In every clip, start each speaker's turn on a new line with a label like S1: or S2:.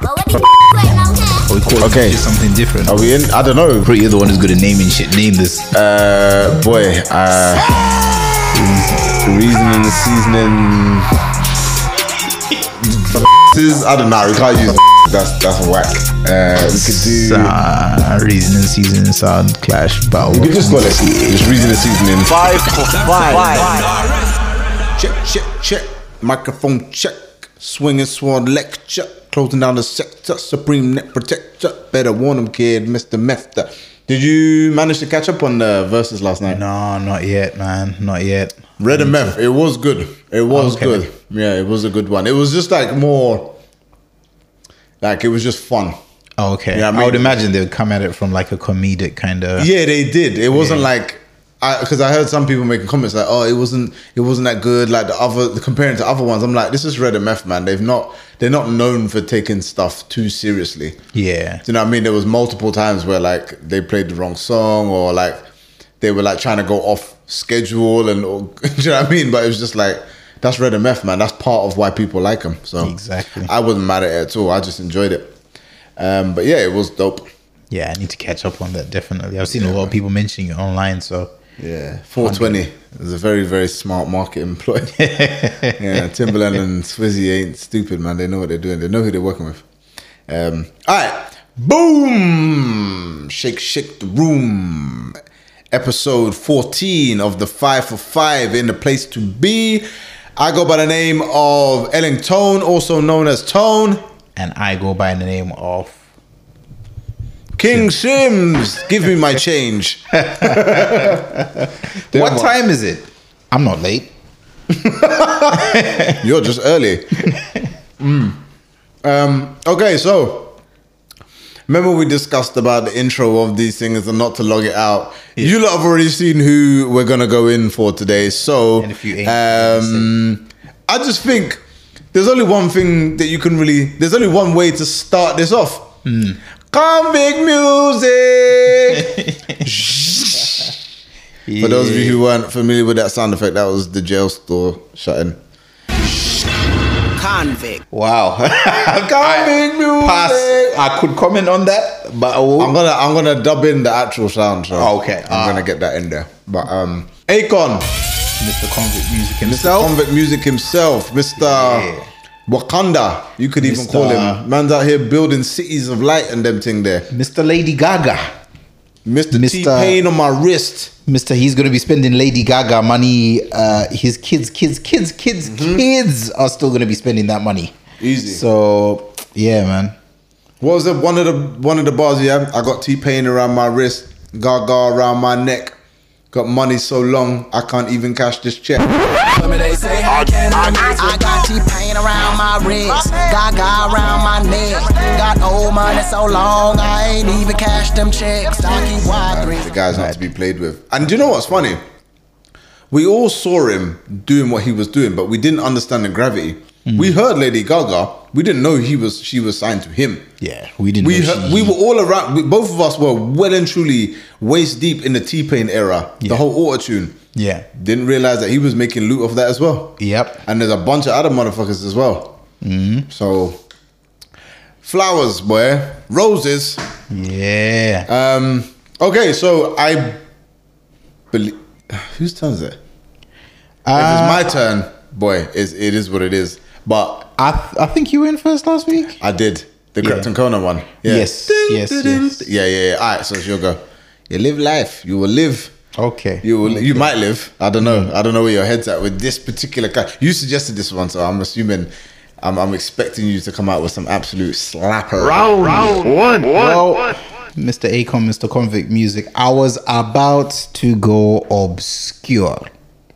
S1: But what the right now, huh?
S2: Or we call
S3: Okay.
S2: it something different.
S3: Are we in? I don't know.
S2: Bro, you're the one who's good at naming shit. Name this.
S3: Uh, boy. Uh, reasoning, seasoning. Is, I don't know. We can't use. That's that's whack. Uh, we could do.
S2: Uh, reason and season, sound clash, battle.
S3: We could just E call it. It's reasoning, seasoning.
S4: Five for five.
S3: Check, check, check. Microphone check. Swing and swan lecture. Closing down the sector. Supreme net protector. Better warn him, kid. Mr. Mefta. Did you manage to catch up on the verses last night?
S2: No, not yet, man. Not yet.
S3: Red and Meth. It was good. It was
S2: Okay.
S3: good. Yeah, it was a good one. It was just like more. Like it was just fun.
S2: Oh, okay.
S3: Yeah, I
S2: I,
S3: mean-
S2: would imagine they would come at it from like a comedic kind of.
S3: Yeah, they did. It wasn't
S2: Yeah.
S3: like I because I heard some people making comments like, "Oh, it wasn't it wasn't that good." Like the other comparing to other ones, I'm like, "This is Red and Meth, man. They've not they're not known for taking stuff too seriously."
S2: Yeah.
S3: Do you know what I mean? There was multiple times where like they played the wrong song or like they were like trying to go off schedule and or, do you know what I mean? But it was just like that's Red and Meth, man. That's part of why people like them. So
S2: Exactly.
S3: I wasn't mad at it at all. I just enjoyed it. Um, but yeah, it was dope.
S2: Yeah, I need to catch up on that definitely. I've seen a lot of people mentioning it online, so
S3: Yeah, 420 is a very very smart market employee. yeah, Timberland and Swizzy ain't stupid, man. They know what they're doing. They know who they're working with. Um, all right, boom, shake shake the room. Episode 14 of the Five for Five in the place to be. I go by the name of Ellen Tone, also known as Tone.
S2: and I go by the name of
S3: King Sims, give me my change.
S2: What time is it? I'm not late.
S3: You're just early. Mm. Um, okay, so remember we discussed about the intro of these things and not to log it out. You lot have already seen who we're gonna go in for today. So
S2: And if you ain't,
S3: um, I just think there's only one thing that you can really there's only one way to start this off.
S2: Hmm.
S3: Convict music. For those of you who weren't familiar with that sound effect, that was the jail store shutting.
S4: Convict.
S2: Wow.
S3: Convict music.
S2: Pass. I could comment on that, but I
S3: I'm
S2: will.
S3: gonna I'm gonna dub in the actual sound. So
S2: Oh, okay.
S3: I'm
S2: Ah.
S3: gonna get that in there. But um, Akon,
S2: Mr. Convict Music
S3: Mr.
S2: himself.
S3: Convict Music himself, Mr.
S2: Yeah.
S3: Wakanda. You could even call
S2: Mr..
S3: him. Man's out here building cities of light and them thing there.
S2: Mr. Lady Gaga.
S3: Mr.
S2: Mr..
S3: T Pain on my wrist.
S2: Mr. He's going to be spending Lady Gaga money. Uh, his kids, kids, kids, kids, kids are still going to be spending that money.
S3: Mm-hmm. Easy.
S2: So, yeah, man.
S3: What was the one of the one of the bars? Yeah, I got T Pain around my wrist, Gaga around my neck. Got money so long I can't even cash this check.
S5: I got T-Pain around my wrist, Gaga around my neck. Got old money so long, I ain't even cashed them checks. I keep wide
S3: the guy's not to be played with. And do you know what's funny? We all saw him doing what he was doing, but we didn't understand the gravity.
S2: Mm.
S3: We heard Lady Gaga. We didn't know he was she was signed to him.
S2: Yeah, we didn't.
S3: We
S2: know
S3: heard,
S2: she-
S3: we were all around. We, both of us were well and truly waist deep in the T Pain era, the
S2: Yeah.
S3: whole auto tune.
S2: Yeah.
S3: Didn't realize that he was making loot off that as well.
S2: Yep.
S3: And there's a bunch of other motherfuckers as well. Mm-hmm. So flowers, boy, roses.
S2: Yeah.
S3: Um. Okay, so I believe. Whose turn is it?
S2: Uh,
S3: if it's my turn, boy, it's, it is what it is. But
S2: I th- I think you were in first last week.
S3: I did the
S2: Yeah.
S3: Krypton Kona one. Yeah.
S2: Yes, yes, yes.
S3: Yeah, yeah, yeah. All right, so it's your go. You live life. You will live.
S2: Okay.
S3: You will. You might live. I don't know. I don't know where your head's at with this particular guy. You suggested this one, so I'm assuming. I'm, I'm expecting you to come out with some absolute slapper.
S2: well, Mr. Acon, Mr. Convict Music. I was about to go obscure,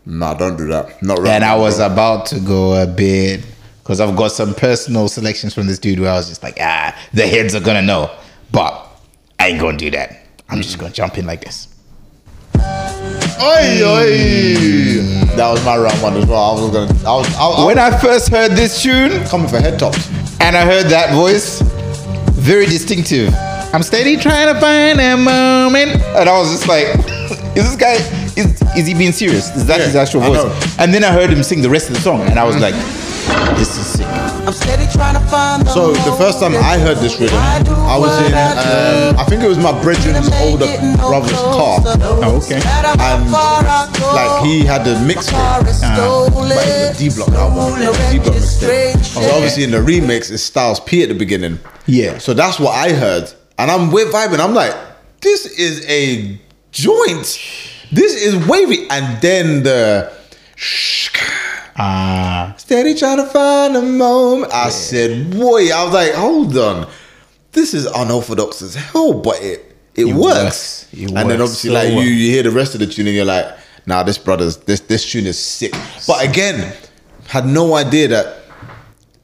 S3: Nah, don't do that. Not right.
S2: and I
S3: now,
S2: was
S3: bro.
S2: about to go a bit because I've got some personal selections from this dude where I was just like, ah, the heads are gonna know, but I ain't gonna do that. I'm just gonna jump in like this.
S3: Oi, oi. That was my round one as well. I was gonna. I was. I, I
S2: When I first heard this tune,
S3: was coming for head tops.
S2: and I heard that voice, very distinctive. I'm steady trying to find that moment, and I was just like, "Is this guy? Is is he being serious? Is that
S3: Yeah,
S2: his actual
S3: I
S2: voice?"
S3: know.
S2: And then I heard him sing the rest of the song, and I was like, "This is sick."
S5: I'm steady trying to find the
S3: So the first time I heard this rhythm, I was in, um, I think it was my brethren's older brother's car.
S2: Oh, okay.
S3: And like he had a mixtape, but it's the D Block album, the D Block mixtape. So obviously in the remix, it's Styles P at the beginning.
S2: Yeah.
S3: So that's what I heard, and I'm with vibing. I'm like, this is a joint. This is wavy, and then the.
S2: Ah,
S3: Steady trying to find a moment. I said, boy, I was like, hold on. This is unorthodox as hell, but it it, works.
S2: works. It
S3: and then
S2: works
S3: obviously,
S2: so
S3: like you,
S2: well.
S3: you hear the rest of the tune and you're like, nah, this brother's this this tune is sick. But again, had no idea that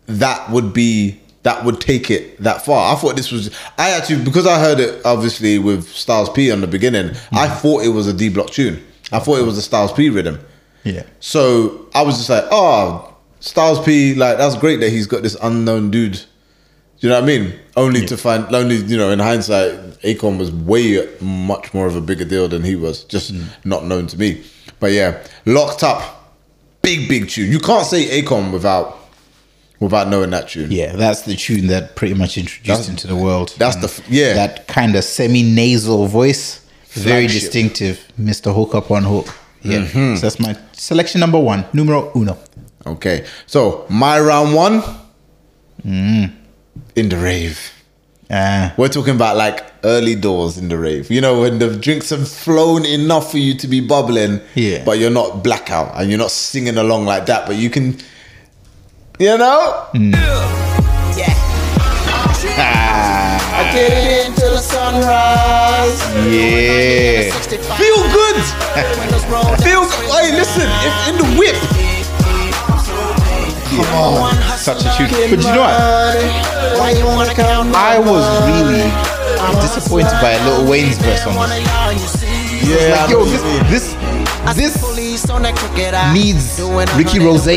S3: that would be that would take it that far. I thought this was I actually because I heard it obviously with Styles P on the beginning, I
S2: Mm.
S3: thought it was a D block tune. I thought it was a Styles P rhythm.
S2: yeah.
S3: So I was just like, oh, Styles P, like that's great that he's got this unknown dude. Do you know what I mean? Only to find, only you know, in hindsight, Akon was way much more of a bigger deal than he was, just not known to me. But yeah, locked up, big big tune. You can't say Akon without without knowing that tune.
S2: Yeah, that's the tune that pretty much introduced
S3: That's-
S2: him to the world.
S3: that's the f- yeah.
S2: That kind of semi nasal voice, very
S3: Flagship.
S2: distinctive. Mr. Hook up on hook. Yeah. So that's my selection number one, numero uno.
S3: Okay, so my round one, in the rave.
S2: Ah,
S3: We're talking about like early doors in the rave. You know, when the drinks have flown enough for you to be bubbling,
S2: Yeah.
S3: but you're not blackout and you're not singing along like that, but you can, you know?
S5: I did it until the sunrise.
S2: yeah.
S3: Feel good. Feel, hey, listen, it's in the whip. Come on.
S2: Such a tune. But you know what?
S5: Why you wanna count my
S2: I was really disappointed by Little Wayne's verse on this.
S3: Yeah.
S2: Like, yo, this, this, this needs
S5: needs
S2: Ricky Rose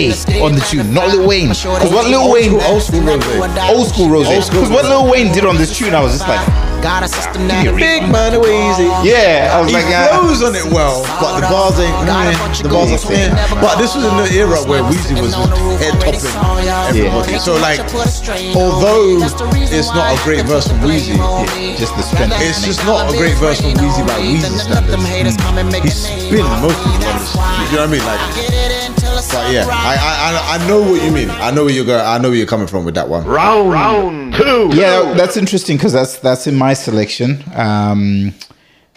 S2: on the tune, not Lil Wayne. Because what Lil Wayne,
S3: old school
S2: old school Rose, because what Lil Wayne did on this tune, I was just like,
S5: Got a system
S2: Give me a Rick.
S3: man,
S5: that
S3: easy.
S2: yeah, I was
S3: He
S2: like, ah,
S3: flows on it well, but the bars ain't. mm, the bars are clear. But this was in the era where Weezy was head topping everybody.
S5: Yeah.
S3: So like, although it's not a great verse from Weezy,
S2: just the strength.
S3: it's just not a great verse from Weezy by Weezy standards. He's spinning most of the ones. You know what I mean? Like, but yeah, I, I I I know what you mean. I know where you're going. I know where you're coming from with that one. Right.
S2: yeah, that- that's interesting because that's that's in my selection. Um,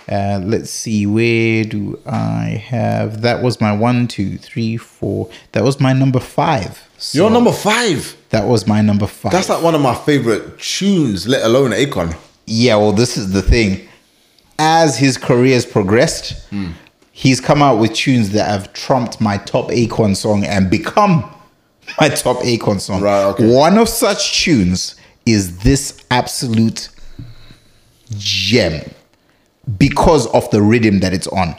S2: uh, let's see, where do I have? That was my one, two, three, four. That was my number five. So
S3: You're number five.
S2: That was my number five.
S3: That's like one of my favorite tunes, let alone Akon.
S2: Yeah, well, this is the thing. As his career's progressed,
S3: Hmm.
S2: he's come out with tunes that have trumped my top Akon song and become my top Akon song.
S3: Right, okay.
S2: One of such tunes is this absolute gem because of the rhythm that it's on.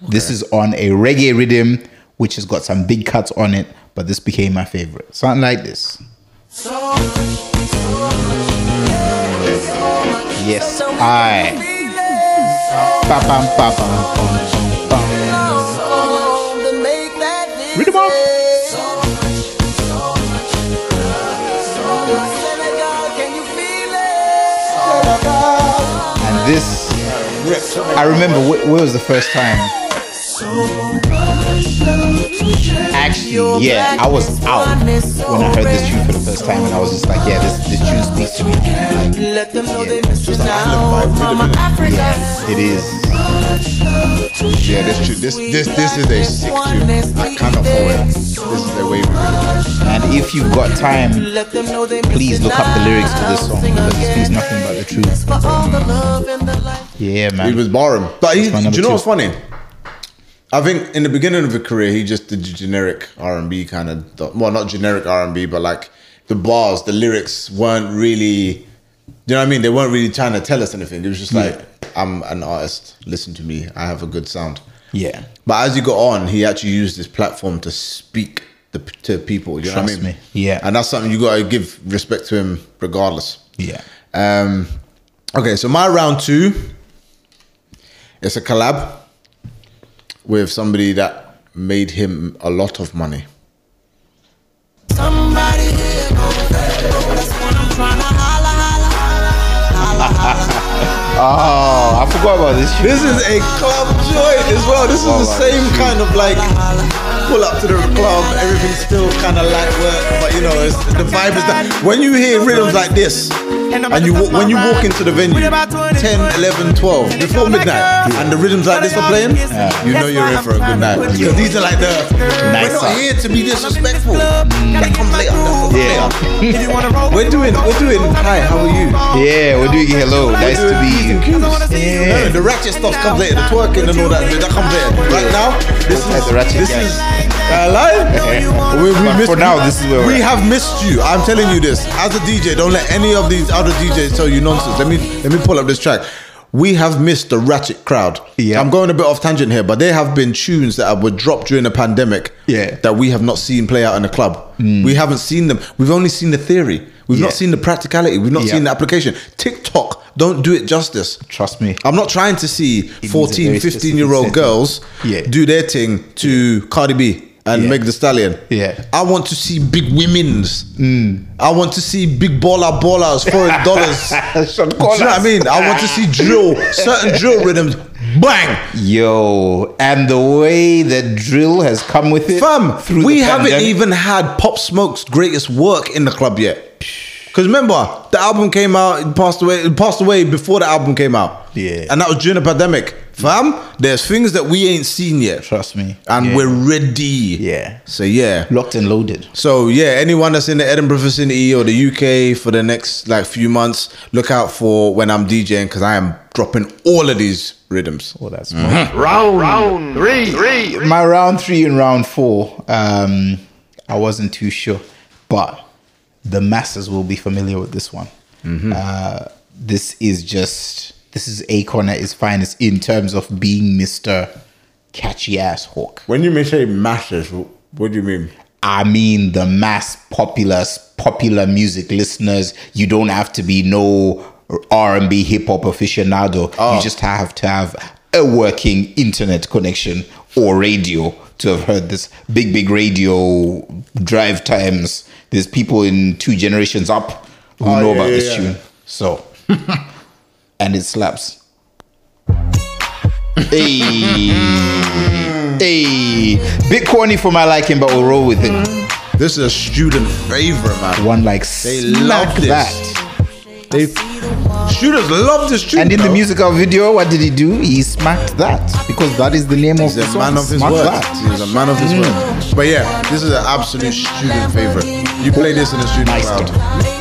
S2: This is on a reggae rhythm, which has got some big cuts on it, but this became my favorite. Something like this. Yes, I. Ba bam, ba bam, bum, bum. Read 'em up. And this, I remember wh- where was the first time? Actually, yeah, I was out when I heard this tune for the first time, and I was just like, yeah, this this tune speaks to me.
S5: Let them know
S2: Yeah,
S5: they
S2: it's
S5: miss you
S2: just
S5: now.
S3: island vibe,
S5: Mama
S3: rhythm,
S5: Africa.
S2: It is.
S3: Yeah, this tune, this this this is a sick tune. I cannot follow it. This is a wavy rhythm.
S2: And if you've got time,
S5: Let them know they
S2: please look up the lyrics to this song because it speaks nothing but the truth.
S5: For all the love and the life.
S2: Yeah,
S3: He was
S2: man.
S3: barring. But he, do
S2: my
S3: you know
S2: number two.
S3: what's funny? I think in the beginning of his career, he just did the generic R and B kind of. Well, not generic R and B, but like the bars, the lyrics weren't really. You know what I mean? They weren't really trying to tell us anything. It was just like, I'm an artist. Listen to me. I have a good sound.
S2: Yeah.
S3: But as he got on, he actually used this platform to speak the, to people. You know what I
S2: Trust
S3: mean?
S2: me. Yeah.
S3: And that's something you got to give respect to him, regardless.
S2: Yeah.
S3: Um, okay, so my round two, it's a collab with somebody that made him a lot of money.
S5: Somebody here gonna
S2: Oh, I forgot about this shit.
S3: This is a club joint as well. This is the same kind of like pull up to the club. Everything's still kind of light work, but you know, it's, the vibe is that when you hear rhythms like this, and you wa- when you walk into the venue, 10, 11, 12, before midnight, and the rhythms like this are playing, you know you're in for a good night. Because these are like the we're not
S2: up.
S3: here to be disrespectful. That comes later. That comes later.
S6: Yeah.
S3: We're doing we're doing hi. How are you?
S2: Yeah, we're doing hello. Nice to be you.
S3: No, the ratchet stuff comes later. The twerking and all that, that comes later. Right now, this
S2: That's
S3: is
S2: the ratchet
S3: this
S2: gang.
S3: is uh, live. we, we
S2: But
S3: missed
S2: for now, this is where
S3: we
S2: we're at.
S3: have missed you. I'm telling you this as a DJ. Don't let any of these other DJs tell you nonsense. Let me let me pull up this track. We have missed the ratchet crowd.
S2: Yeah.
S3: I'm going a bit off tangent here, but there have been tunes that were dropped during the pandemic
S2: Yeah. Mm.
S3: that we have not seen play out in the club. We haven't seen them. We've only seen the theory. We've not
S2: Yeah.
S3: seen the practicality. We've not
S2: Yeah.
S3: seen the application. TikTok don't do it justice.
S2: Trust me.
S3: I'm not trying to see
S2: needs a
S3: 14,
S2: very
S3: 15
S2: specific
S3: year old
S2: setting.
S3: girls
S2: Yeah.
S3: do their thing to Cardi B and
S2: Yeah.
S3: Meg The Stallion.
S2: Yeah. Mm.
S3: I want to see big women's. I want to see big baller ballers, foreign dollars. do you know what I mean? I want to see drill, certain drill rhythms. Bang!
S2: Yo, and the way that drill has come with it.
S3: Fam, we
S2: the
S3: haven't
S2: pandemic.
S3: even had Pop Smoke's greatest work in the club yet. Because remember, the album came out, it passed away, it passed away before the album came out.
S2: Yeah.
S3: And that was during the pandemic. Fam, there's things that we ain't seen yet.
S2: Trust me.
S3: And
S2: Yeah.
S3: we're ready.
S2: Yeah.
S3: So yeah.
S2: locked and loaded.
S3: So yeah, anyone that's in the Edinburgh vicinity or the UK for the next like few months, look out for when I'm DJing because I am dropping all of these rhythms.
S2: Well, that's
S3: Mm-hmm.
S2: round round three three. My round three and round four. Um, I wasn't too sure, but the masses will be familiar with this one. Uh, this is just this is Akon at his finest in terms of being Mister Catchy Ass Hawk.
S3: When you say masses, what do you mean?
S2: I mean the mass populace, popular music listeners. You don't have to be no R and B hip hop aficionado. You just have to have a working internet connection or radio to have heard this big, big radio drive times. There's people in two generations up who know
S3: yeah,
S2: about
S3: Oh, yeah,
S2: this
S3: yeah.
S2: tune. So, and it slaps. hey, hey, bit corny for my liking, but we'll roll with it
S3: This is a student favorite, man.
S2: one like
S3: They
S2: smack
S3: love this.
S2: that.
S3: They students love this tune.
S2: And in the
S3: bro.
S2: musical video, what did he do? He smacked that because that is the name of
S3: he's
S2: the
S3: a
S2: song.
S3: man of his
S2: Smack
S3: word.
S2: that.
S3: He's a man of his word. But yeah, this is an absolute student favorite. You play this in the student
S2: Nice
S3: crowd,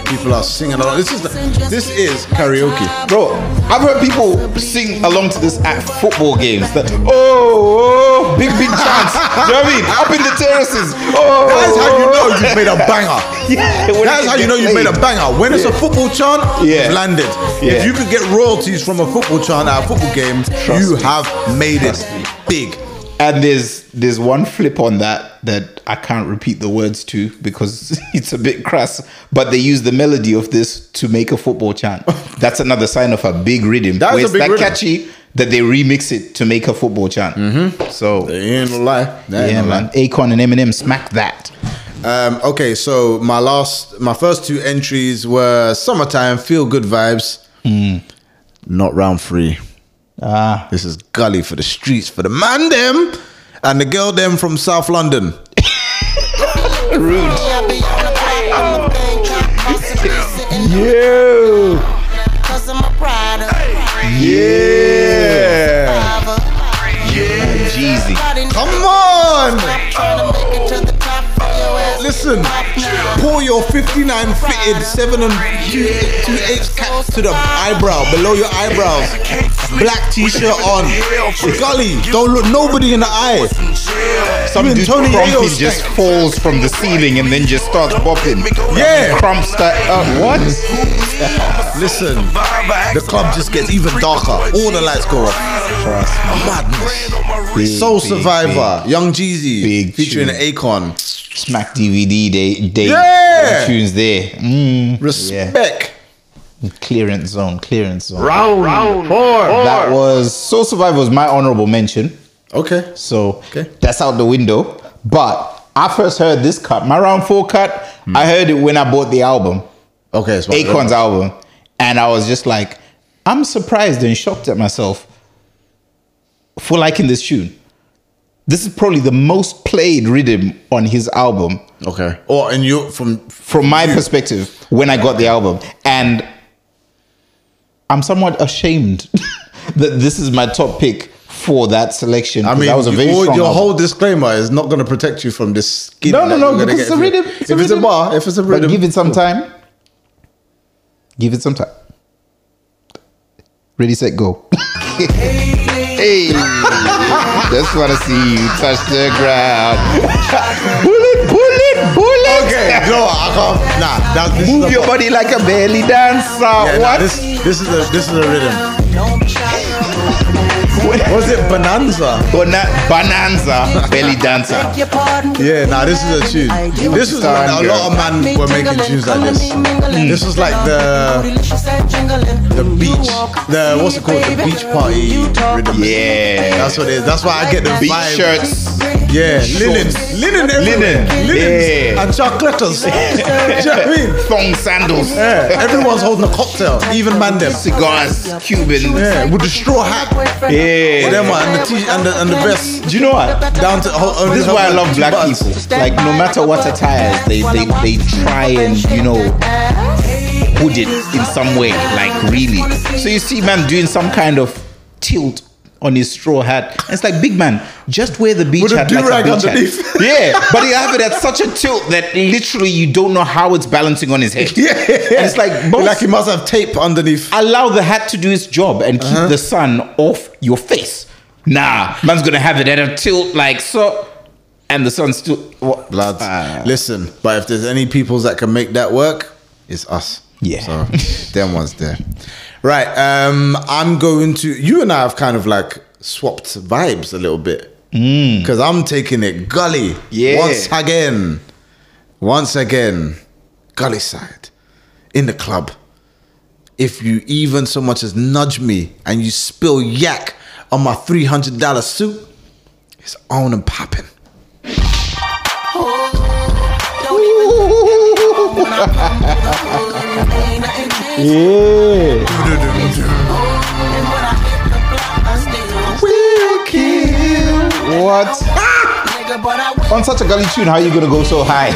S3: people are singing along. This is the, this is karaoke.
S2: Bro, I've heard people sing along to this at football games. That, oh, oh, big, big chance. Do you know what I mean? Up in the terraces. Oh,
S3: That's how you know you've made a banger.
S2: Yeah, when
S3: That's
S2: it
S3: how
S2: gets
S3: you know you made
S2: played.
S3: a banger. When it's a football chant,
S2: Yeah.
S3: you've landed. If
S2: Yeah.
S3: you could get royalties from a football chant at a football game, you
S2: me.
S3: have made it big.
S2: And there's there's one flip on that that I can't repeat the words to because it's a bit crass. But they use the melody of this to make a football chant. That's another sign of a big rhythm.
S3: That is
S2: where
S3: a
S2: it's
S3: big
S2: that
S3: rhythm.
S2: catchy that they remix it to make a football chant. Mm-hmm. So
S3: Ain't no lie. That ain't
S2: yeah,
S3: no lie.
S2: man, Akon and Eminem smack that.
S3: Um, okay, so my last, my first two entries were summertime, feel good vibes. Not round three. Ah, this is gully for the streets, for the man them, and the girl them from South London. Yeah,
S2: Jeezy.
S3: come on. Listen, pour your 59 fitted 7 and 2 8 caps to the eyebrow, below your eyebrows. Black t shirt on. Gully, don't look nobody in the eye.
S2: Some
S3: Even
S2: dude
S3: Tony
S2: Crumpy
S3: Ayo's
S2: just
S3: like-
S2: falls from the ceiling and then just starts bopping.
S3: Yeah.
S2: Crumps that
S3: Uh,
S2: up. What?
S3: Listen, the club just gets even darker. All the lights go off. Madness. Soul Survivor, Young Jeezy,
S2: Big
S3: featuring
S2: tune.
S3: Akon.
S2: Smack DVD day day
S3: Yeah.
S2: tunes there. Mm.
S3: Respect.
S2: clearance zone, clearance zone. Round, round four. That was Soul Survivor was my honorable mention.
S3: Okay.
S2: So
S3: Okay.
S2: that's out the window. But I first heard this cut, my round four cut. I heard it when I bought the album,
S3: Okay, so
S2: Akon's album, and I was just like, I'm surprised and shocked at myself for liking this tune. This is probably the most played rhythm on his album
S3: Okay. Or and you from
S2: from my perspective when I got the album. And I'm somewhat ashamed that this is my top pick for that selection.
S3: I
S2: 'cause
S3: mean,
S2: that was a very
S3: your,
S2: strong
S3: your
S2: album.
S3: whole disclaimer is not going to protect you from this. Skin
S2: No, no, no,
S3: that you're gonna
S2: because
S3: get
S2: it's a
S3: if you-
S2: rhythm, it's
S3: if
S2: a
S3: it's a
S2: rhythm.
S3: bar, if it's a
S2: But
S3: rhythm,
S2: give it some time. Give it some time. Ready, set, go. hey, just wanna see you touch the ground. pull it, pull it, pull it.
S3: Okay, no, I can't. Nah, that, this
S2: Move
S3: is
S2: your
S3: a,
S2: body like a belly dancer.
S3: Yeah, nah,
S2: what?
S3: this, this is a this is a rhythm. Was it Bonanza?
S2: Bona- bonanza, belly dancer.
S6: Your pardon.
S3: Yeah, nah, this is a tune. This was when a lot of men were making tunes like this. This was like the the
S6: the
S3: beach, the what's it called, the beach party rhythm.
S2: Yeah.
S3: that's what it is. That's why I get the
S2: Beach
S3: vibe.
S2: shirts.
S3: Yeah, linen,
S2: Shorts.
S3: linen, everywhere.
S2: Linen.
S3: linens,
S2: Yeah.
S3: and chocolates. Do you know what I mean?
S2: Thong sandals.
S3: Yeah, everyone's holding a cocktail, even Mandem.
S2: Cigars, Cubans.
S3: Yeah, with the straw hat.
S2: Yeah.
S3: them and the t- and the- and the vest.
S2: Do you know what?
S3: Down to oh, ho-
S2: This is why I love black
S3: Buttons.
S2: people. Like no matter what attires, they they, they try and you know hood it in some way. Like really. So you see man doing some kind of tilt on his straw hat. And it's like big man, just wear the beach
S3: With a
S2: hat. like
S3: do-rag
S2: beach hat."
S3: underneath.
S2: Yeah, but you have it at such a tilt that literally you don't know how it's balancing on his head. Yeah, and it's like both
S3: Like he must have tape underneath.
S2: allow the hat to do its job and keep the sun off your face. Nah, man's gonna have it at a tilt like so, and the sun's still. What?
S3: Lads,
S2: Ah.
S3: listen. But if there's any peoples that can make that work, it's us.
S2: Yeah.
S3: So them ones there. Right. Um, I'm going to. You and I have kind of like swapped vibes a little bit because I'm taking it gully.
S2: Mm. Yeah.
S3: Once again, once again, gully side in the club. If you even so much as nudge me and you spill yak on my three hundred dollar suit, it's on and popping.
S2: What? On such a gully tune, how are you gonna go so high?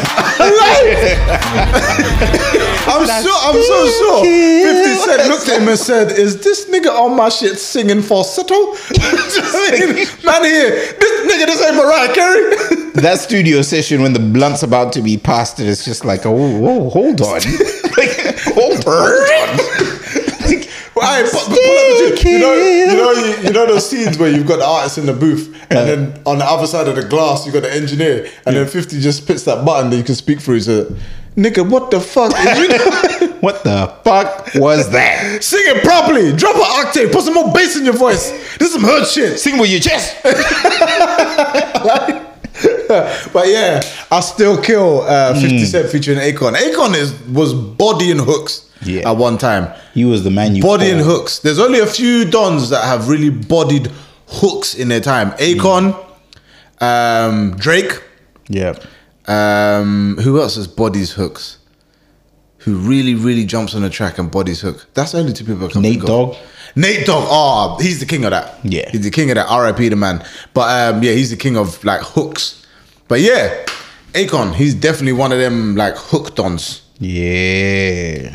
S3: I'm sure. I'm so sure. Fifty Cent looked at him and said, "Is this nigga on my shit singing falsetto?" Man here, this nigga, this ain't Mariah Carey.
S2: that studio session when the blunt's about to be passed, and it's just like, oh, whoa, hold on, like, hold on. Like,
S3: Well, alright, but- but pull up the- you know, you know, you, you know those scenes where you've got the artist in the booth, and then on the other side of the glass you've got the engineer, and then Fifty just hits that button that you can speak through. So, nigga, what the fuck? Is you
S2: what the fuck was that?
S3: sing it properly? Drop an octave. Put some more bass in your voice. This is some hood shit.
S2: Sing with your chest.
S3: but yeah, I still kill
S2: Hmm.
S3: uh, 50 Cent featuring Akon. Akon is was bodying hooks
S2: Yeah.
S3: at one time.
S2: He was the man you
S3: Bodying
S2: called.
S3: hooks. There's only a few dons that have really bodied hooks in their time. Akon, um, Drake,
S2: Yeah.
S3: um, who else has bodies hooks? Who really, really jumps on a track and bodies hook? That's the only two people I can
S2: Nate
S3: think of.
S2: Dogg?
S3: Nate Dogg. Oh, he's the king of that.
S2: Yeah.
S3: he's the king of that. R.I.P. the man. But um, yeah, he's the king of like hooks. But yeah, Akon, he's definitely one of them like hooked ons.
S2: Yeah.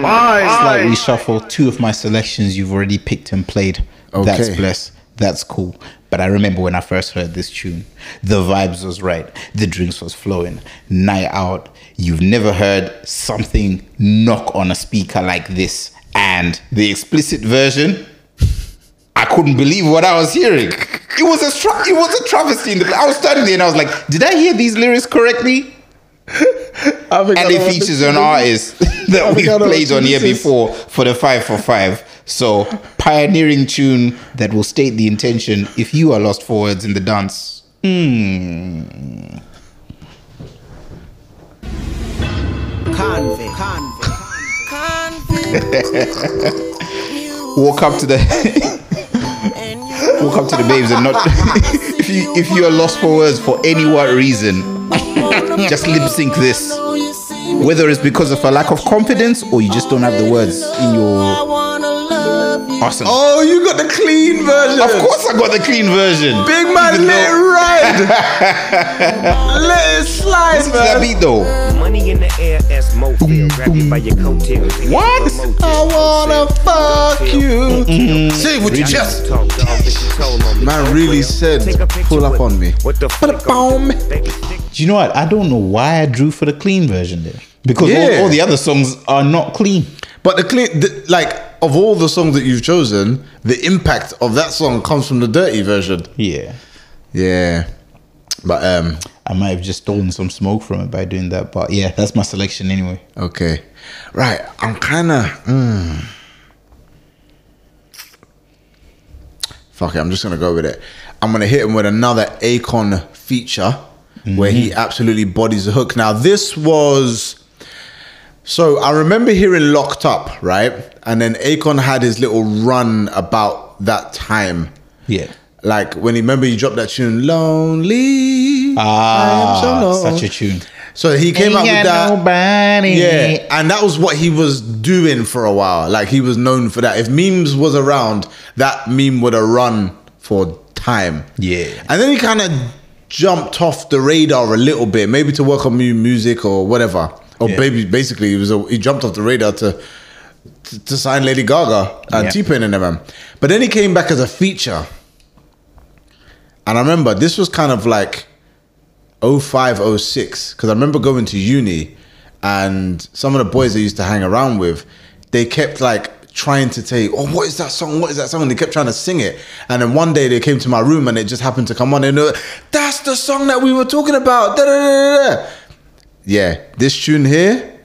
S3: Yeah.
S2: Slightly shuffle. Two of my selections you've already picked and played. That's
S3: Okay.
S2: bless. That's cool. But I remember when I first heard this tune, the vibes was right. The drinks was flowing. Night out. You've never heard something knock on a speaker like this. And the explicit version, I couldn't believe what I was hearing. It was a tra- it was a travesty. In the- I was standing there and I was like, did I hear these lyrics correctly?
S3: I
S2: and
S3: think I
S2: it
S3: know what
S2: features
S3: this
S2: an
S3: is.
S2: artist that
S3: I
S2: we've
S3: think I know
S2: played
S3: what
S2: on here
S3: this is.
S2: before for the five for five. So pioneering tune that will state the intention if you are lost for words in the dance.
S5: Convict. Convict.
S2: Walk up to the walk up to the babes and not if you if you are lost for words for any what reason, just lip sync this.
S6: You see
S2: whether it's because of a lack of confidence or you just don't have the words in your arsenal.
S3: Oh, you got the clean version.
S2: Of course, I got the clean version.
S3: Big man,
S2: Even
S3: let it
S2: though-
S3: ride. let it slide,
S2: Listen to that
S3: man.
S2: beat though.
S6: Money in the air as Mofield. Grab you by your coattails. and
S2: What?
S6: get to the
S3: I
S6: motel.
S3: wanna fuck you.
S2: Mm-hmm.
S3: Say it with your
S6: Really?
S3: chest.
S6: Talk, dog, bitch, you told on me.
S3: Man really said,
S6: Take a picture
S3: pull up
S6: with
S3: on
S6: me.
S3: me.
S6: What the
S3: Put
S6: fuck?
S3: up on me.
S2: Do you know what? I don't know why I drew for the clean version there because
S3: Yeah.
S2: all, all the other songs are not clean.
S3: But the clean, the, like, of all the songs that you've chosen, the impact of that song comes from the dirty version.
S2: Yeah,
S3: Yeah. But, um,
S2: I might have just stolen some smoke from it by doing that, but yeah, that's my selection anyway.
S3: okay. Right. I'm kind of. Mm. Fuck it. I'm just going to go with it. I'm going to hit him with another Akon feature where he absolutely bodies the hook. Now, this was. So I remember hearing Locked Up, right? And then Akon had his little run about that time.
S2: Yeah,
S3: Like when he remember he dropped that tune, Lonely.
S2: ah,
S3: I am so
S2: such a
S3: lonely."
S2: tune.
S3: So he came out with that. Yeah, and that was what he was doing for a while. Like he was known for that. If memes was around, that meme would have run for time.
S2: Yeah.
S3: and then he kind of jumped off the radar a little bit, maybe to work on new music or whatever. Or
S2: Yeah.
S3: baby, basically, he was a, he jumped off the radar to to, to sign Lady Gaga and
S2: Yeah.
S3: T Pain and them. man. But then he came back as a feature, and I remember this was kind of like 05, 06, because I remember going to uni and some of the boys I used to hang around with, they kept like trying to say, Oh, what is that song? What is that song? And they kept trying to sing it. And then one day they came to my room and it just happened to come on. And they were, that's the song that we were talking about. Da, da, da, da, da. Yeah, this tune here.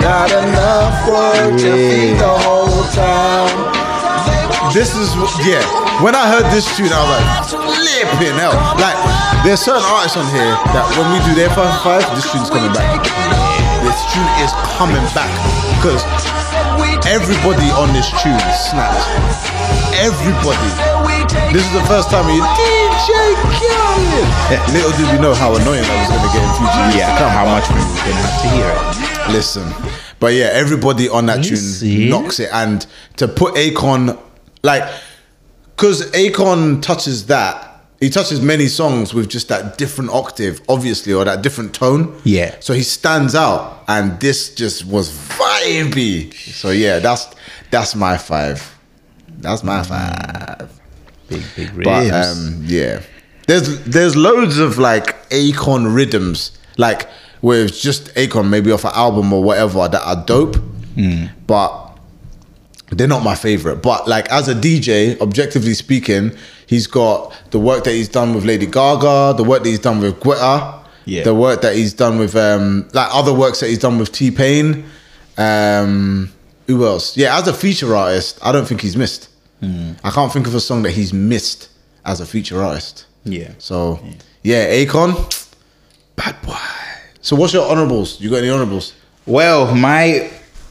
S5: Got enough work to feed the whole town.
S3: This is, yeah. When I heard this tune, I was like, flipping hell. Like, there's certain artists on here that when we do their first five, this tune's coming back. This tune is coming back. Because Everybody on this tune snaps. Everybody. This is the first time you DJ Khaled. Little did we know how annoying I was going to get in future years
S2: Yeah,
S3: to come.
S2: how much we were gonna have to hear it.
S3: Listen, but yeah, everybody on that tune
S2: see?
S3: knocks it, and to put Akon like, because Akon touches that. He touches many songs with just that different octave, obviously, or that different tone.
S2: Yeah.
S3: So he stands out, and this just was vibey. So yeah, that's that's my five. That's my five.
S2: Mm. Big, big
S3: But
S2: ribs.
S3: um, yeah, there's there's loads of like Akon rhythms, like where it's just Akon maybe off an album or whatever that are dope,
S2: Mm.
S3: but they're not my favorite. But like as a DJ, objectively speaking, he's got the work that he's done with Lady Gaga, the work that he's done with Guetta,
S2: Yeah.
S3: the work that he's done with um, like other works that he's done with T Pain. Um, who else? Yeah, as a feature artist, I don't think he's missed. I can't think of a song that he's missed as a feature artist.
S2: yeah.
S3: So yeah, Akon, bad boy. So what's your honorables? You got any honorables?
S2: Well, my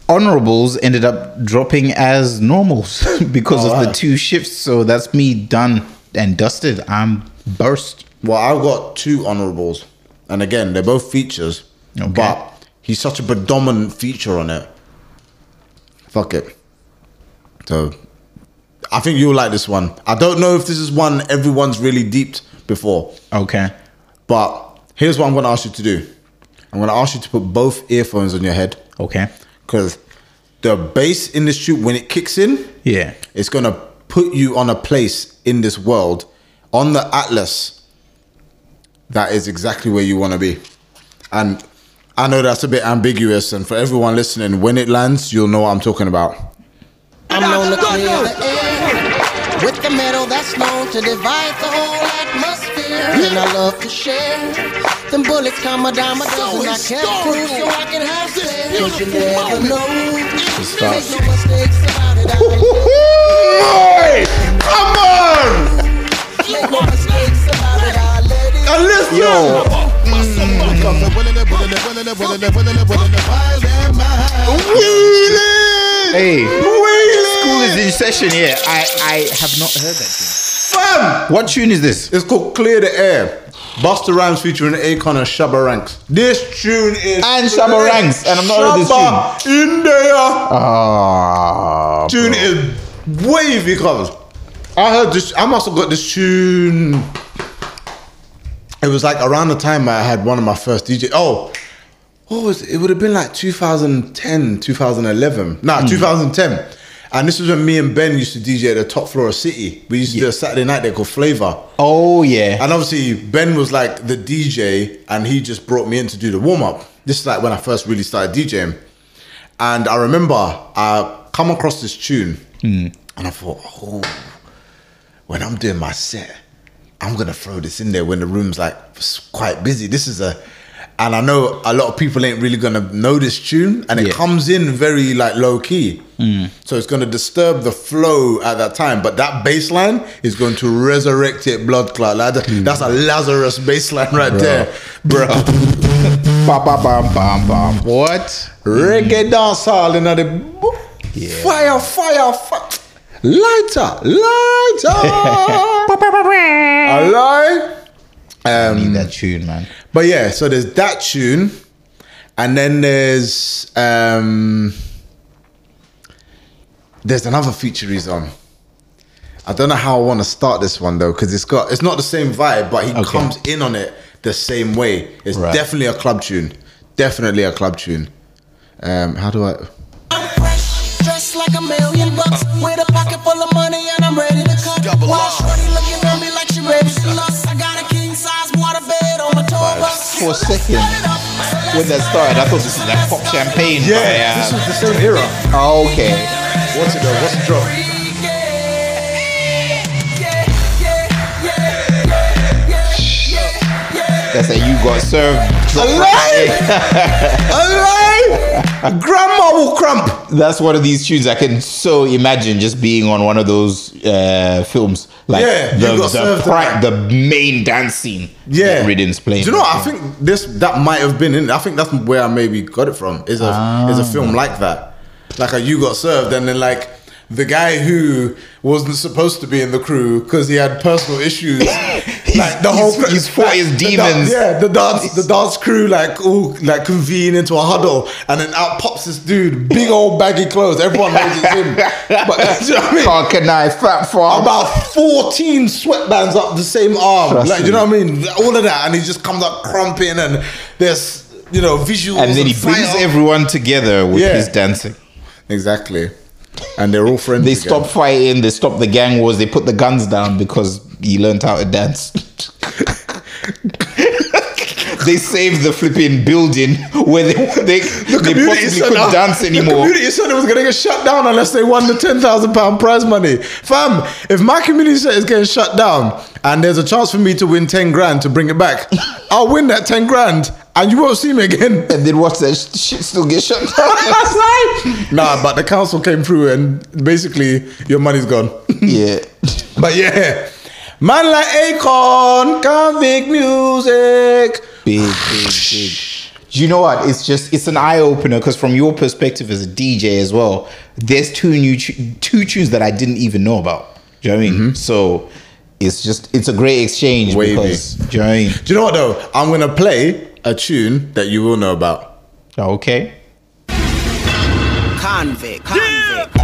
S2: honorables ended up dropping as normals because of the
S3: Alright.
S2: two shifts. So that's me done and dusted. I'm burst.
S3: Well, I've got two honorables, and again, they're both features.
S2: Okay.
S3: But he's such a predominant feature on it. Fuck it. So, I think you'll like this one. I don't know if this is one everyone's really deeped before,
S2: Okay.
S3: but here's what I'm going to ask you to do. I'm going to ask you to put both earphones on your head
S2: Okay.
S3: because the bass in this tune, when it kicks in,
S2: Yeah.
S3: it's going to put you on a place in this world, on the atlas. That is exactly where you want to be, and I know that's a bit ambiguous. And for everyone listening, when it lands, you'll know what I'm talking about.
S5: I'm known to clear the air with the metal that's known to divide the whole atmosphere. And I love to share. Them bullets come a dime a dozen. I kept proof so I can have sex. 'Cause you never know. Make no mistakes about it. I can
S3: Come on,
S5: make no mistakes about it. I let it.
S3: and listen. Wheeling,
S2: Hey. School
S3: wheeling,
S2: is in session. Yeah. I I have not heard that. Tune.
S3: fam.
S2: What tune is this?
S3: It's called Clear the Air. Buster Rhymes featuring Akon and Shabba Ranks. This tune is
S2: And Shabba Ranks, and I'm not heard this
S3: Shabba in there.
S2: Ah,
S3: tune is wavy covers. I heard this. I must have got this tune. It was like around the time I had one of my first DJ. Oh, what was it? It would have been like 2010, 2011. Nah, 2010. And this was when me and Ben used to DJ at the top floor of City. We used to do a Saturday night there called Flavor.
S2: oh yeah.
S3: And obviously, Ben was like the DJ, and he just brought me in to do the warm up. This is like when I first really started DJing. And I remember I come across this tune, and I thought, oh, when I'm doing my set, I'm gonna throw this in there when the room's like s- quite busy. This is a, and I know a lot of people ain't really gonna know this tune, and it
S2: Yeah.
S3: comes in very like low key, so it's gonna disturb the flow at that time. But that bass line is going to resurrect it, blood clot. Like that- That's a Lazarus bass line right there, bro.
S2: Ba, ba, bam, bam, bam. What? Mm.
S3: Reggae dancehall in the
S2: Yeah.
S3: fire, fire, fire, lighter, lighter. Hello.
S2: Need
S3: Um,
S2: that tune, man.
S3: but yeah, so there's that tune, and then there's um, there's another feature he's on. I don't know how I want to start this one though, because it's got it's not the same vibe, but he
S2: Okay.
S3: comes in on it the same way. It's
S2: Right.
S3: definitely a club tune, definitely a club tune. Um, how do I?
S5: I'm fresh, dressed like a million bucks. With a pocket full of money and I'm ready to cut. While shorty looking at me like she ready to lust. I got a king size water bed on the tour bus.
S2: For a second, when that started, I thought this is like pop champagne. but,
S3: Yeah, this was the same era.
S2: uh, okay.
S3: What's it though? What's the drop?
S2: That's a you got served.
S3: Alive! Alive! Grandma will cramp.
S2: That's one of these tunes I can so imagine just being on one of those uh, films, like
S3: Yeah,
S2: the
S3: you got
S2: the,
S3: served
S2: pri- the main dance scene.
S3: Yeah,
S2: that Riddick's playing.
S3: Do you know? What? I think this that might have been in. I think that's where I maybe got it from. Is a is a
S2: Ah.
S3: film like that, like a you got served, and then like the guy who wasn't supposed to be in the crew because he had personal issues. like the whole
S2: he's- he's fought his
S3: the dan-
S2: demons.
S3: yeah, the dance the dance crew like all like convene into a huddle, and then out pops this dude, big old baggy clothes. Everyone knows it's him. But do you know what I mean?
S2: How can I fat farm?
S3: about 14 sweatbands up the same arm.
S2: Trust
S3: like,
S2: me.
S3: you know what I mean? All of that. And he just comes up crumping and there's, you know, visuals.
S2: and then he brings
S3: fire.
S2: everyone together with
S3: Yeah.
S2: his dancing.
S3: Exactly. And they're all friends.
S2: They
S3: again.
S2: stop fighting. They stop the gang wars. They put the guns down because he learned how to dance. they saved the flipping building where they they, they
S3: Community
S2: possibly
S3: Center-
S2: couldn't dance
S3: The
S2: anymore.
S3: community center was going to get shut down unless they won the £10,000 prize money. Fam, if my community center is getting shut down and there's a chance for me to win 10 grand to bring it back, I'll win that 10 grand and you won't see me again.
S2: And then what's that sh- shit still get shut down?
S3: nah, but the council came through and basically your money's gone.
S2: yeah.
S3: But yeah, man like Akon, convict music.
S2: Big, big, big. Do you know what? It's just it's an eye opener because from your perspective as a DJ as well, there's two new tu- two tunes that I didn't even know about. Do you know what I mean? So it's just it's a great exchange
S3: Mm-hmm. Wavy.
S2: because do you know what I mean?
S3: Do you know what though? I'm gonna play a tune that you will know about.
S2: Oh, Okay.
S5: Convict, convict,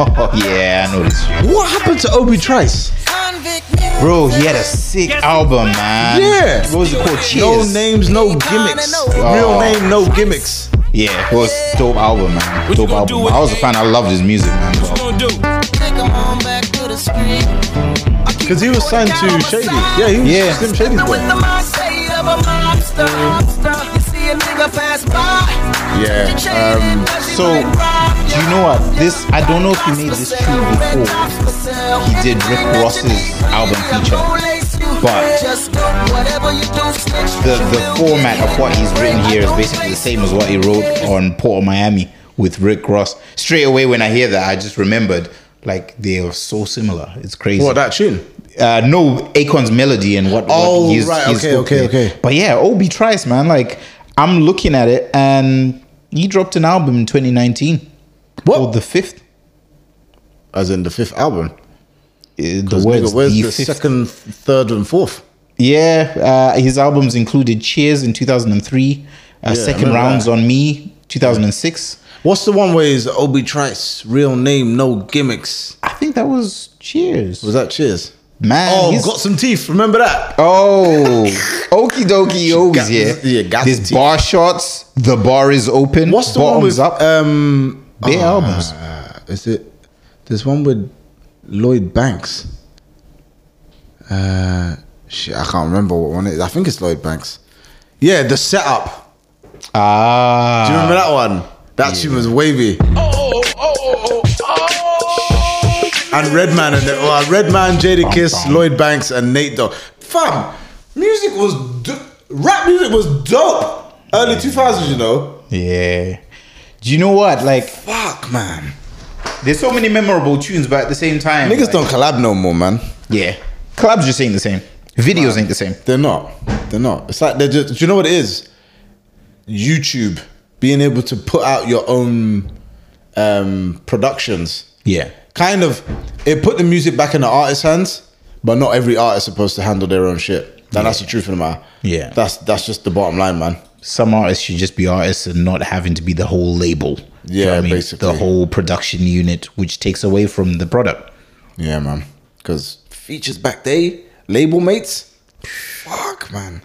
S2: Oh yeah, I know this shit.
S3: What happened to Obi Trice?
S5: convict music.
S2: Bro, he had a sick album, man.
S3: Yeah.
S2: What was it called? Cheers.
S3: No names, no gimmicks. Real name, no gimmicks.
S2: Yeah, it was dope album, man.
S7: What you
S2: dope
S7: gonna do
S2: album.
S7: with
S2: I was a fan. I loved his music, man.
S7: gonna do?
S5: Take 'em on back to the street.
S3: Because he was signed to Shady. Yeah, he was
S2: Yeah.
S3: Slim Shady's
S5: With
S3: boy.
S5: the mindset of a mobster, mobster. You see a nigga pass by.
S3: Yeah. Um,
S2: So, do you know what? This I don't know if he made this tune before,
S5: before.
S2: He did Rick Ross's album feature. But the the format of what he's written here is basically the same as what he wrote on Port of Miami with Rick Ross. Straight away when I hear that, I just remembered like they are so similar. It's crazy.
S3: what that tune?
S2: uh, no Akon's melody and what.
S3: Oh,
S2: what he's,
S3: right,
S2: he's
S3: okay, okay,
S2: spoken.
S3: okay.
S2: But yeah, Obi Trice, man. Like I'm looking at it, and he dropped an album in 2019 called The Fifth.
S3: As in the fifth album.
S2: Uh, The
S3: 'Cause
S2: words
S3: nigga, where's
S2: Uh, The
S3: the
S2: Fifth.
S3: second, third, and fourth?
S2: Yeah, uh, his albums included Cheers in 2003, uh, Second
S3: remember
S2: Rounds
S3: that.
S2: on Me 2006.
S3: What's the one where is Obi Trice, real name, no gimmicks?
S2: I think that was Cheers.
S3: Was that Cheers?
S2: Man,
S3: oh,
S2: he's-
S3: got some teeth. Remember that?
S2: Oh, okie dokie, always
S3: Got-
S2: yeah.
S3: yeah, got
S2: There's
S3: to teach.
S2: bar shots. The bar is open.
S3: What's the one
S2: bottoms
S3: with
S2: up?
S3: um?
S2: Their albums.
S3: Is it? There's one with Lloyd Banks. Uh, shit, I can't remember what one it is. I think it's Lloyd Banks. Yeah, the setup.
S2: Ah,
S3: Do you remember that one? That tune was wavy. oh, And Redman and well, Redman, Jada Kiss, Lloyd Banks, and Nate Dogg. Fam, music was do- rap music was dope. Early 2000s, you know.
S2: Yeah. Do you know what? Like,
S3: Fuck, man.
S2: there's so many memorable tunes, but at the same time,
S3: Niggas
S2: like-
S3: don't collab no more, man.
S2: Yeah, collabs just ain't the same. Videos ain't the same.
S3: They're not. They're not. It's like they're just. Do you know what it is? YouTube being able to put out your own um, productions.
S2: Yeah.
S3: Kind of, it put the music back in the artist's hands, but not every artist is supposed to handle their own shit. And that's the truth of the matter.
S2: Yeah.
S3: That's that's just the bottom line, man.
S2: Some artists should just be artists and not having to be the whole label. Do you know
S3: Yeah,
S2: what
S3: basically.
S2: the whole production unit, which takes away from the product.
S3: Yeah, man. Because features back day, label mates. Fuck, man.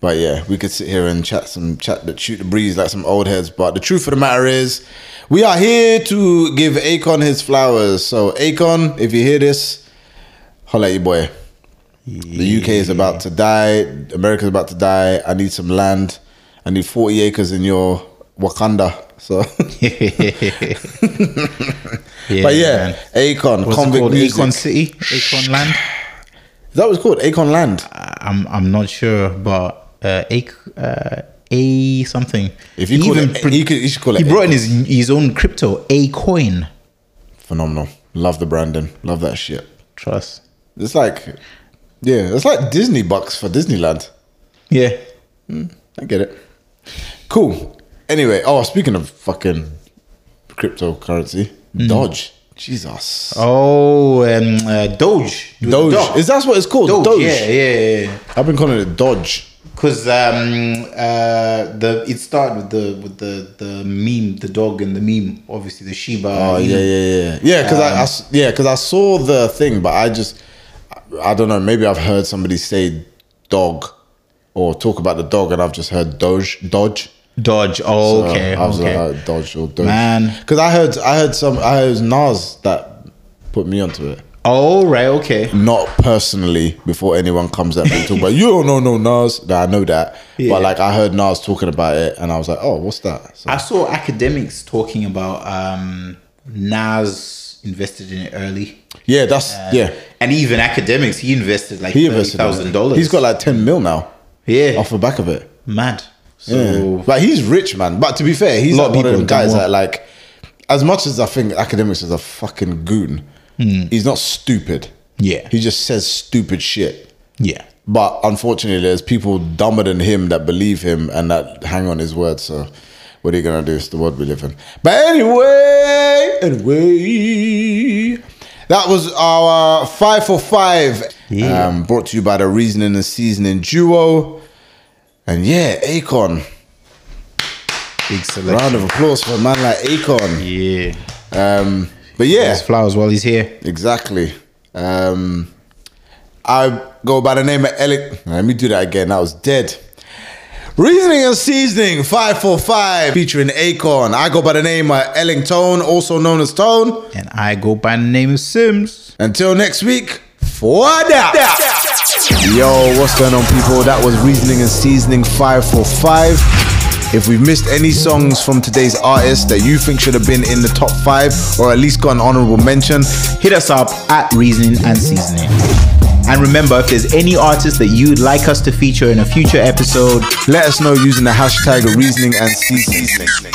S3: But yeah, we could sit here and chat some chat that shoot the breeze like some old heads. But the truth of the matter is, we are here to give Akon his flowers. So Akon, if you hear this, holla at your boy. The UK is about to die. America's about to die. I need some land. I need forty acres in your Wakanda. So, but yeah,
S2: man.
S3: Akon,
S2: What's it
S3: convict
S2: called?
S3: music.
S2: Akon City, Akon Land.
S3: that was called Akon Land.
S2: I'm I'm not sure, but uh, a uh, a something.
S3: If you
S2: He
S3: call
S2: even
S3: it, you, could, you should call it.
S2: he brought in his
S3: Akon.
S2: his own crypto, a coin.
S3: phenomenal. Love the branding. Love that shit.
S2: Trust.
S3: It's like, yeah, it's like Disney bucks for Disneyland.
S2: Yeah.
S3: I get it. Cool. Anyway, oh, speaking of fucking cryptocurrency, Dodge. Jesus.
S2: Hmm. Oh, um, uh, Doge. It was
S3: Doge.
S2: Doge.
S3: Is that what it's called?
S2: Doge.
S3: Doge.
S2: Yeah, yeah, yeah.
S3: I've been calling it Dodge.
S2: Because um, uh, the it started with the with the the meme, the dog and the meme. Obviously, the Shiba.
S3: Oh
S2: Inu.
S3: yeah, yeah, yeah, yeah. Because I, I s- yeah, because I saw the thing, but I just, I don't know. Maybe I've heard somebody say dog, or talk about the dog, and I've just heard Doge, Dodge.
S2: Dodge. Oh,
S3: So
S2: okay.
S3: I was
S2: okay.
S3: like, uh, Dodge or Doge.
S2: Man.
S3: Because I heard, I heard some, I heard Nas that put me onto it.
S2: oh, right. Okay.
S3: Not personally, before anyone comes at me and talk about you don't know no Nas. Nah, I know that,
S2: Yeah.
S3: but like I heard Nas talking about it, and I was like, oh, what's that? So,
S2: I saw academics talking about um, Nas invested in it early.
S3: yeah, that's yeah.
S2: And even academics, he invested like
S3: He invested
S2: thousand
S3: in it.
S2: dollars.
S3: He's got like ten mil now
S2: yeah,
S3: off the back of it.
S2: mad. So
S3: Yeah. Like he's rich, man. But to be fair, he's
S2: A lot
S3: like
S2: of
S3: one of
S2: people
S3: them
S2: don't
S3: guys
S2: want-
S3: that like, as much as I think academics is a fucking goon, he's not stupid.
S2: Hmm. Yeah.
S3: he just says stupid shit.
S2: yeah,
S3: But unfortunately, there's people dumber than him that believe him and that hang on his word. So, what are you gonna do? It's the world we live in. But anyway, anyway, that was our five for five.
S2: Yeah.
S3: Um, brought to you by the Reasoning and Seasoning Duo. And yeah, Akon.
S2: big selection.
S3: Round of applause for a man like Akon.
S2: Yeah,
S3: Um, but yeah,
S2: there's flowers while he's here.
S3: Exactly. Um, I go by the name of Alec. Let me do that again. I was dead. Reasoning and Seasoning 545 featuring Acorn. I go by the name of Ellington, also known as Tone.
S2: And I go by the name of Sims.
S3: Until next week, for Yo, what's going on, people? That was Reasoning and Seasoning 545. If we've missed any songs from today's artist that you think should have been in the top five or at least got an honorable mention,
S2: Hit us up at Reasoning and Seasoning. And remember, if there's any artist that you'd like us to feature in a future episode,
S3: Let us know using the hashtag reasoning and seasoning.